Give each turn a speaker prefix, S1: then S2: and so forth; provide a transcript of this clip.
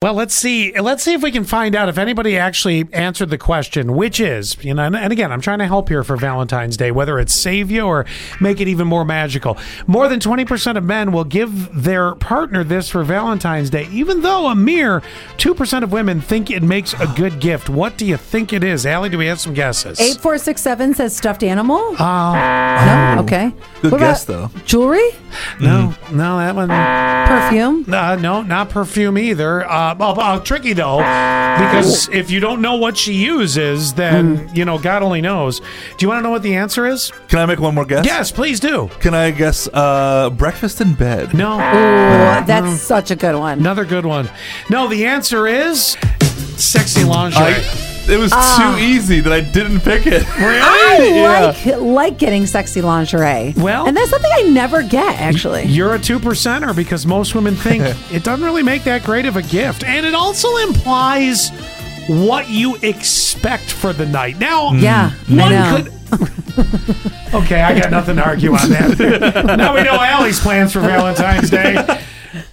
S1: Well, let's see. Let's see if we can find out if anybody actually answered the question, which is, you know, and, and again, I'm trying to help here for Valentine's Day, whether it's save you or make it even more magical. More than 20% of men will give their partner this for Valentine's Day, even though a mere 2% of women think it makes a good gift. What do you think it is? Allie, do we have some guesses?
S2: 8467 says stuffed animal.
S1: Oh,
S2: no? Okay.
S3: Good
S2: What about
S3: guess, though.
S2: Jewelry?
S1: no, no, that one.
S2: Perfume?
S1: Uh, no, not perfume either. Uh, oh, oh, tricky though, because if you don't know what she uses,
S2: Hmm.
S1: then you know God only knows. Do you want to know what the answer is?
S3: Can I make one more guess?
S1: Yes, please do.
S3: Can I guess uh, breakfast in bed?
S1: No,
S2: Oh, that's such a good one.
S1: another good one. No, the answer is sexy lingerie.
S3: I, it was too easy that I didn't pick it.
S2: I
S3: Yeah.
S2: like like getting sexy lingerie.
S1: Well-
S2: and that's something I never get actually.
S1: You're a two percenter because most women think it doesn't really make that great of a gift, and it also implies what you expect for the night. Now,
S2: Mm. Yeah, I
S1: One
S2: know.
S1: could. okay, I got nothing to argue on that. now we know Allie's plans for Valentine's Day.